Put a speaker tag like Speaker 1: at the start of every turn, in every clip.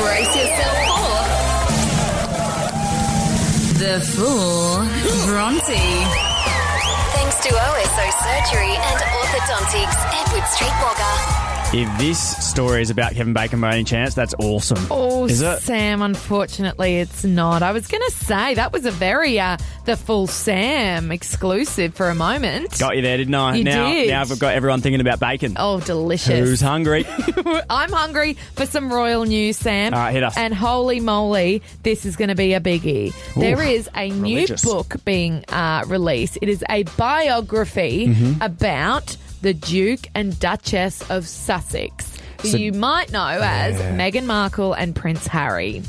Speaker 1: brace yourself for the full Bronte.
Speaker 2: Thanks to OSO Surgery and Orthodontics, Edward Street Wagga.
Speaker 3: If this story is about Kevin Bacon by any chance, that's awesome.
Speaker 4: Oh,
Speaker 3: is it?
Speaker 4: Sam, unfortunately, it's not. I was going to say that was a very uh, the full Sam exclusive for a moment.
Speaker 3: Got you there, didn't I?
Speaker 4: You
Speaker 3: now,
Speaker 4: did.
Speaker 3: now I've got everyone thinking about bacon.
Speaker 4: Oh,
Speaker 3: Who's
Speaker 4: delicious.
Speaker 3: hungry?
Speaker 4: I'm hungry for some royal news, Sam.
Speaker 3: All right, hit us.
Speaker 4: And holy moly, this is going to be a biggie. there is a new
Speaker 3: religious.
Speaker 4: book being uh, released. It is a biography
Speaker 3: Mm-hmm.
Speaker 4: about the Duke and Duchess of Sussex. who
Speaker 3: So-
Speaker 4: you might know as Meghan Markle and Prince Harry.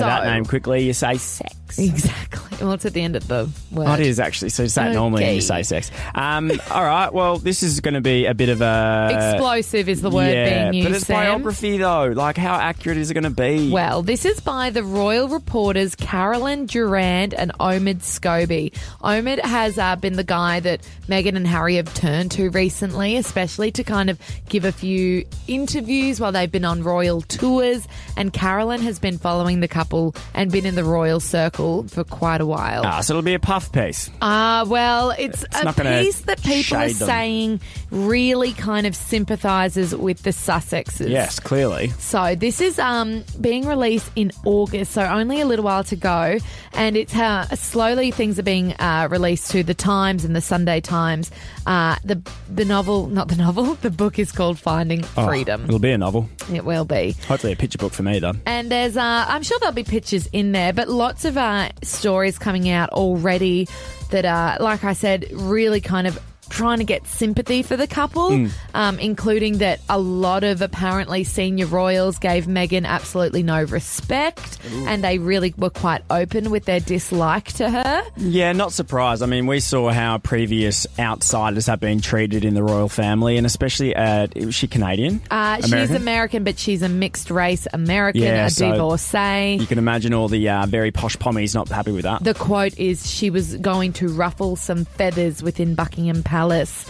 Speaker 4: So-
Speaker 3: that name quickly. You say sex.
Speaker 4: Exactly. Well, it's at the end of the word.
Speaker 3: Oh, it is actually. So you say it normally and you
Speaker 4: Okay.
Speaker 3: say sex. Um, all right. Well, this is going to be a bit of a
Speaker 4: Explosive is the word
Speaker 3: uh, yeah,
Speaker 4: being used.
Speaker 3: but it's
Speaker 4: Sam.
Speaker 3: biography though. Like, how accurate is it going to be?
Speaker 4: Well, this is by the royal reporters Carolyn Durand and Omid Scobie. Omid has uh, been the guy that Meghan and Harry have turned to recently, especially to kind of give a few interviews while they've been on royal tours. And Carolyn has been following the couple and been in the royal circle for quite a while.
Speaker 3: Ah, so it'll be a puff piece.
Speaker 4: Ah, well, it's, a
Speaker 3: not gonna
Speaker 4: piece that people are
Speaker 3: shade them.
Speaker 4: saying really kind of sympathises with the Sussexes.
Speaker 3: yes, clearly.
Speaker 4: So this is um, being released in August, so only a little while to go, and it's how slowly things are being uh, released to the Times and the Sunday Times. Uh, the the novel, not the novel, the book is called Finding
Speaker 3: Oh,
Speaker 4: Freedom.
Speaker 3: it'll be a novel.
Speaker 4: it will be.
Speaker 3: Hopefully, a picture book for me though.
Speaker 4: And there's, uh, I'm sure there'll be pictures in there, but lots of uh, stories coming out already that are, like I said, really kind of trying to get sympathy for the couple,
Speaker 3: Mm.
Speaker 4: um, including that a lot of apparently senior royals gave Meghan absolutely no respect and they really were quite open with their dislike to her.
Speaker 3: Yeah, not surprised. I mean, we saw how previous outsiders have been treated in the royal family, and especially uh, was she Canadian?
Speaker 4: Uh, She's American, but she's a mixed race American,
Speaker 3: Yeah,
Speaker 4: a
Speaker 3: so-
Speaker 4: divorcee.
Speaker 3: You can imagine all the uh, very posh pommies not happy with that.
Speaker 4: the quote is she was going to ruffle some feathers within Buckingham Palace.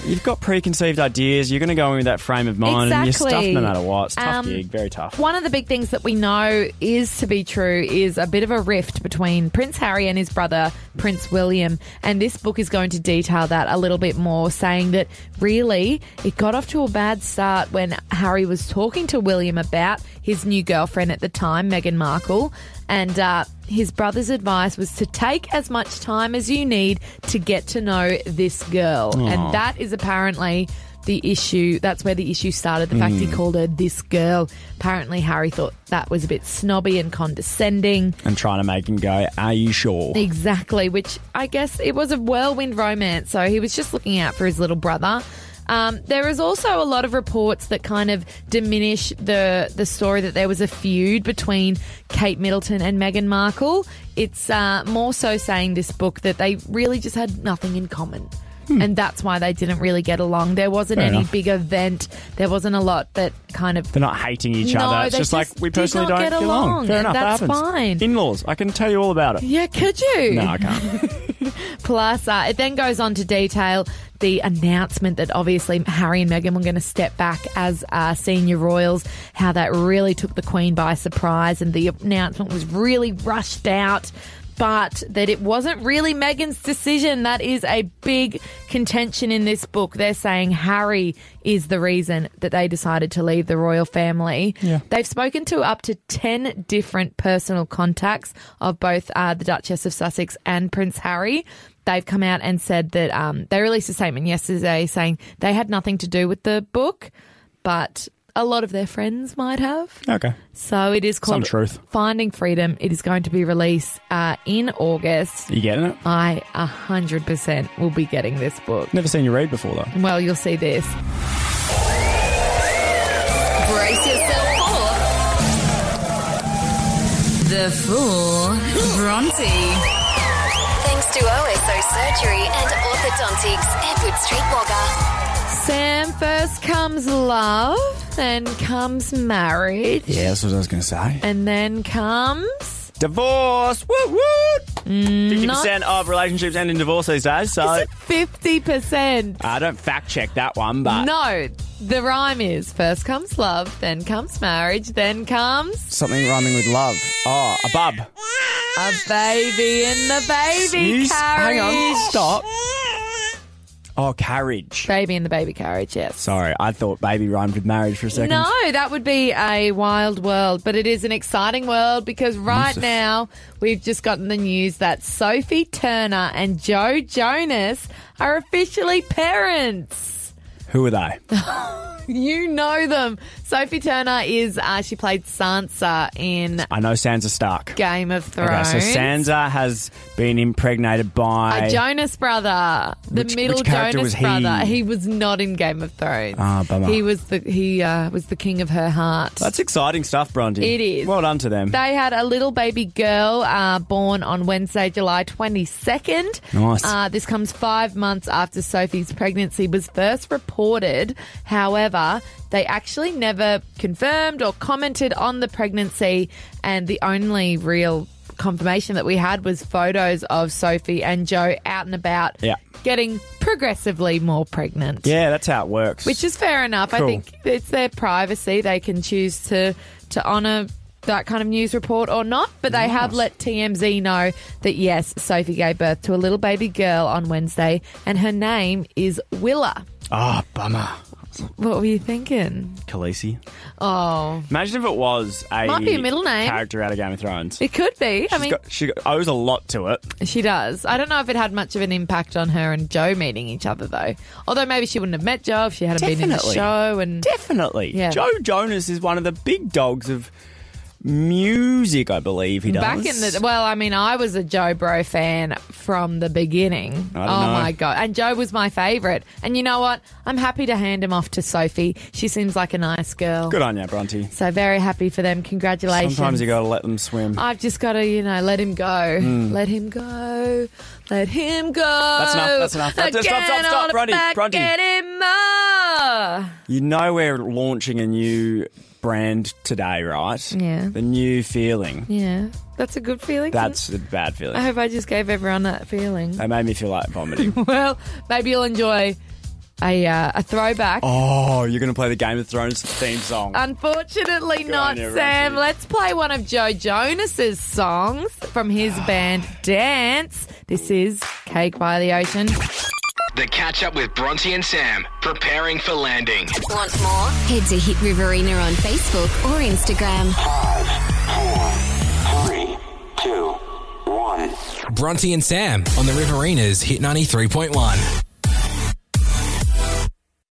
Speaker 3: You've got preconceived ideas. You're going to go in with that frame of mind, and you're stuffed no matter what. It's a tough
Speaker 4: Um,
Speaker 3: gig, very tough.
Speaker 4: One of the big things that we know is to be true is a bit of a rift between Prince Harry and his brother, Prince William. And this book is going to detail that a little bit more, saying that really it got off to a bad start when Harry was talking to William about his new girlfriend at the time, Meghan Markle. And uh, his brother's advice was to take as much time as you need to get to know this girl. And that is apparently the issue. That's where the issue started. The fact he called her this girl. Apparently, Harry thought that was a bit snobby and condescending.
Speaker 3: And trying to make him go, are you sure?
Speaker 4: Exactly, which I guess it was a whirlwind romance. So he was just looking out for his little brother. Um, there is also a lot of reports that kind of diminish the the story that there was a feud between Kate Middleton and Meghan Markle. It's uh, more so saying this book that they really just had nothing in common. And that's why they didn't really get along. There wasn't
Speaker 3: Hmm. Fair
Speaker 4: any
Speaker 3: enough.
Speaker 4: big event. There wasn't a lot that kind of
Speaker 3: They're not hating each
Speaker 4: No,
Speaker 3: other. It's
Speaker 4: they
Speaker 3: just like
Speaker 4: just
Speaker 3: we
Speaker 4: did
Speaker 3: personally
Speaker 4: not
Speaker 3: don't
Speaker 4: get along,
Speaker 3: Fair
Speaker 4: and
Speaker 3: enough,
Speaker 4: that's
Speaker 3: that happens.
Speaker 4: fine.
Speaker 3: In-laws, I can tell you all about it.
Speaker 4: yeah. Could you?
Speaker 3: No, I can't.
Speaker 4: Plus, uh, it then goes on to detail the announcement that obviously Harry and Meghan were going to step back as uh, senior royals, how that really took the Queen by surprise, and the announcement was really rushed out. But that it wasn't really Meghan's decision. That is a big contention in this book. They're saying Harry is the reason that they decided to leave the royal family.
Speaker 3: Yeah.
Speaker 4: They've spoken to up to 10 different personal contacts of both uh, the Duchess of Sussex and Prince Harry. They've come out and said that um, they released a statement yesterday saying they had nothing to do with the book, but a lot of their friends might have.
Speaker 3: okay.
Speaker 4: So it is
Speaker 3: Some
Speaker 4: called
Speaker 3: truth.
Speaker 4: Finding Freedom. It is going to be released uh, in August.
Speaker 3: You getting it?
Speaker 4: I 100% will be getting this book.
Speaker 3: Never seen you read before, though.
Speaker 4: Well, you'll see this.
Speaker 1: Brace yourself for the full Bronte.
Speaker 2: Thanks to OSO Surgery and Orthodontics, Edward Street Wagga.
Speaker 4: Sam, first comes love, then comes marriage,
Speaker 3: Yeah, that's what I was going to say.
Speaker 4: and then comes
Speaker 3: Divorce. Woo woo. Fifty
Speaker 4: Mm,
Speaker 3: percent
Speaker 4: not-
Speaker 3: of relationships end in divorce these days. So
Speaker 4: Fifty percent.
Speaker 3: I don't fact check that one, but
Speaker 4: No, the rhyme is first comes love, then comes marriage, then comes
Speaker 3: something rhyming with love. Oh, a bub.
Speaker 4: a baby and the baby
Speaker 3: You s-
Speaker 4: carriage.
Speaker 3: hang on, stop. Oh, carriage.
Speaker 4: Baby and the baby carriage. Yes.
Speaker 3: Sorry, I thought baby rhymed with marriage for a second.
Speaker 4: No, that would be a wild world, but it is an exciting world because right now we've just gotten the news that Sophie Turner and Joe Jonas are officially parents.
Speaker 3: Who are they?
Speaker 4: You know them. Sophie Turner is uh, she played Sansa in
Speaker 3: I know Sansa Stark.
Speaker 4: Game of
Speaker 3: Okay,
Speaker 4: Thrones.
Speaker 3: so Sansa has been impregnated by
Speaker 4: A Jonas brother, the
Speaker 3: Which-
Speaker 4: middle
Speaker 3: which character
Speaker 4: Jonas
Speaker 3: was he?
Speaker 4: brother. He was not in Game of Thrones.
Speaker 3: Ah, bummer.
Speaker 4: He was the he uh, was the king of her heart.
Speaker 3: That's exciting stuff, Bronte.
Speaker 4: It is.
Speaker 3: Well done to them.
Speaker 4: They had a little baby girl uh, born on Wednesday, July 22nd.
Speaker 3: Nice.
Speaker 4: Uh, this comes five months after Sophie's pregnancy was first reported. However, they actually never confirmed or commented on the pregnancy, and the only real confirmation that we had was photos of Sophie and Joe out and about
Speaker 3: Yeah.
Speaker 4: getting progressively more pregnant.
Speaker 3: yeah, that's how it works.
Speaker 4: Which is fair enough. I
Speaker 3: Cool.
Speaker 4: think it's their privacy. They can choose to to honour that kind of news report or not. But they have let TMZ know that yes, Sophie gave birth to a little baby girl on Wednesday, and her name is Willa.
Speaker 3: oh, bummer.
Speaker 4: What were you thinking?
Speaker 3: Khaleesi.
Speaker 4: Oh,
Speaker 3: Imagine if it was a
Speaker 4: Might be a middle name.
Speaker 3: character out of Game of Thrones.
Speaker 4: it could be. I
Speaker 3: She's
Speaker 4: mean,
Speaker 3: got- she got- owes a lot to it.
Speaker 4: she does. I don't know if it had much of an impact on her and Joe meeting each other though. Although maybe she wouldn't have met Joe if she hadn't been in the
Speaker 3: Definitely.
Speaker 4: show. And
Speaker 3: Definitely.
Speaker 4: Yeah.
Speaker 3: Joe Jonas is one of the big dogs of music, I believe he does.
Speaker 4: Back in the well, I mean, I was a Joe Bro fan from the beginning.
Speaker 3: I
Speaker 4: Oh
Speaker 3: don't know.
Speaker 4: my god! And Joe was my favorite. And you know what? I'm happy to hand him off to Sophie. She seems like a nice girl.
Speaker 3: Good on you, Bronte.
Speaker 4: So very happy for them. Congratulations.
Speaker 3: Sometimes you got to let them swim.
Speaker 4: I've just got to, you know, let him go. Let him go. Let him go. That's
Speaker 3: enough, Hmm. that's enough. That's-
Speaker 4: Again,
Speaker 3: stop, stop, stop,
Speaker 4: on a
Speaker 3: Bronte,
Speaker 4: back,
Speaker 3: Bronte.
Speaker 4: Get him up.
Speaker 3: You know we're launching a new brand today, right?
Speaker 4: Yeah.
Speaker 3: The new feeling.
Speaker 4: Yeah, that's a good feeling.
Speaker 3: That's a bad
Speaker 4: I
Speaker 3: feeling.
Speaker 4: hope I just gave everyone that feeling.
Speaker 3: They made me feel like vomiting.
Speaker 4: Well, maybe you'll enjoy a, uh, a throwback.
Speaker 3: oh, you're going to play the Game of Thrones theme song.
Speaker 4: Unfortunately,
Speaker 3: on
Speaker 4: not
Speaker 3: you,
Speaker 4: Sam.
Speaker 3: Rosie.
Speaker 4: Let's play one of Joe Jonas's songs from his band Dance. This is Cake by the Ocean.
Speaker 5: The catch up with Bronte and Sam, preparing for landing.
Speaker 2: Want more? Head to Hit Riverina on Facebook or Instagram.
Speaker 6: Three, two, one.
Speaker 7: Bronte and Sam on the Riverinas Hit 93.1.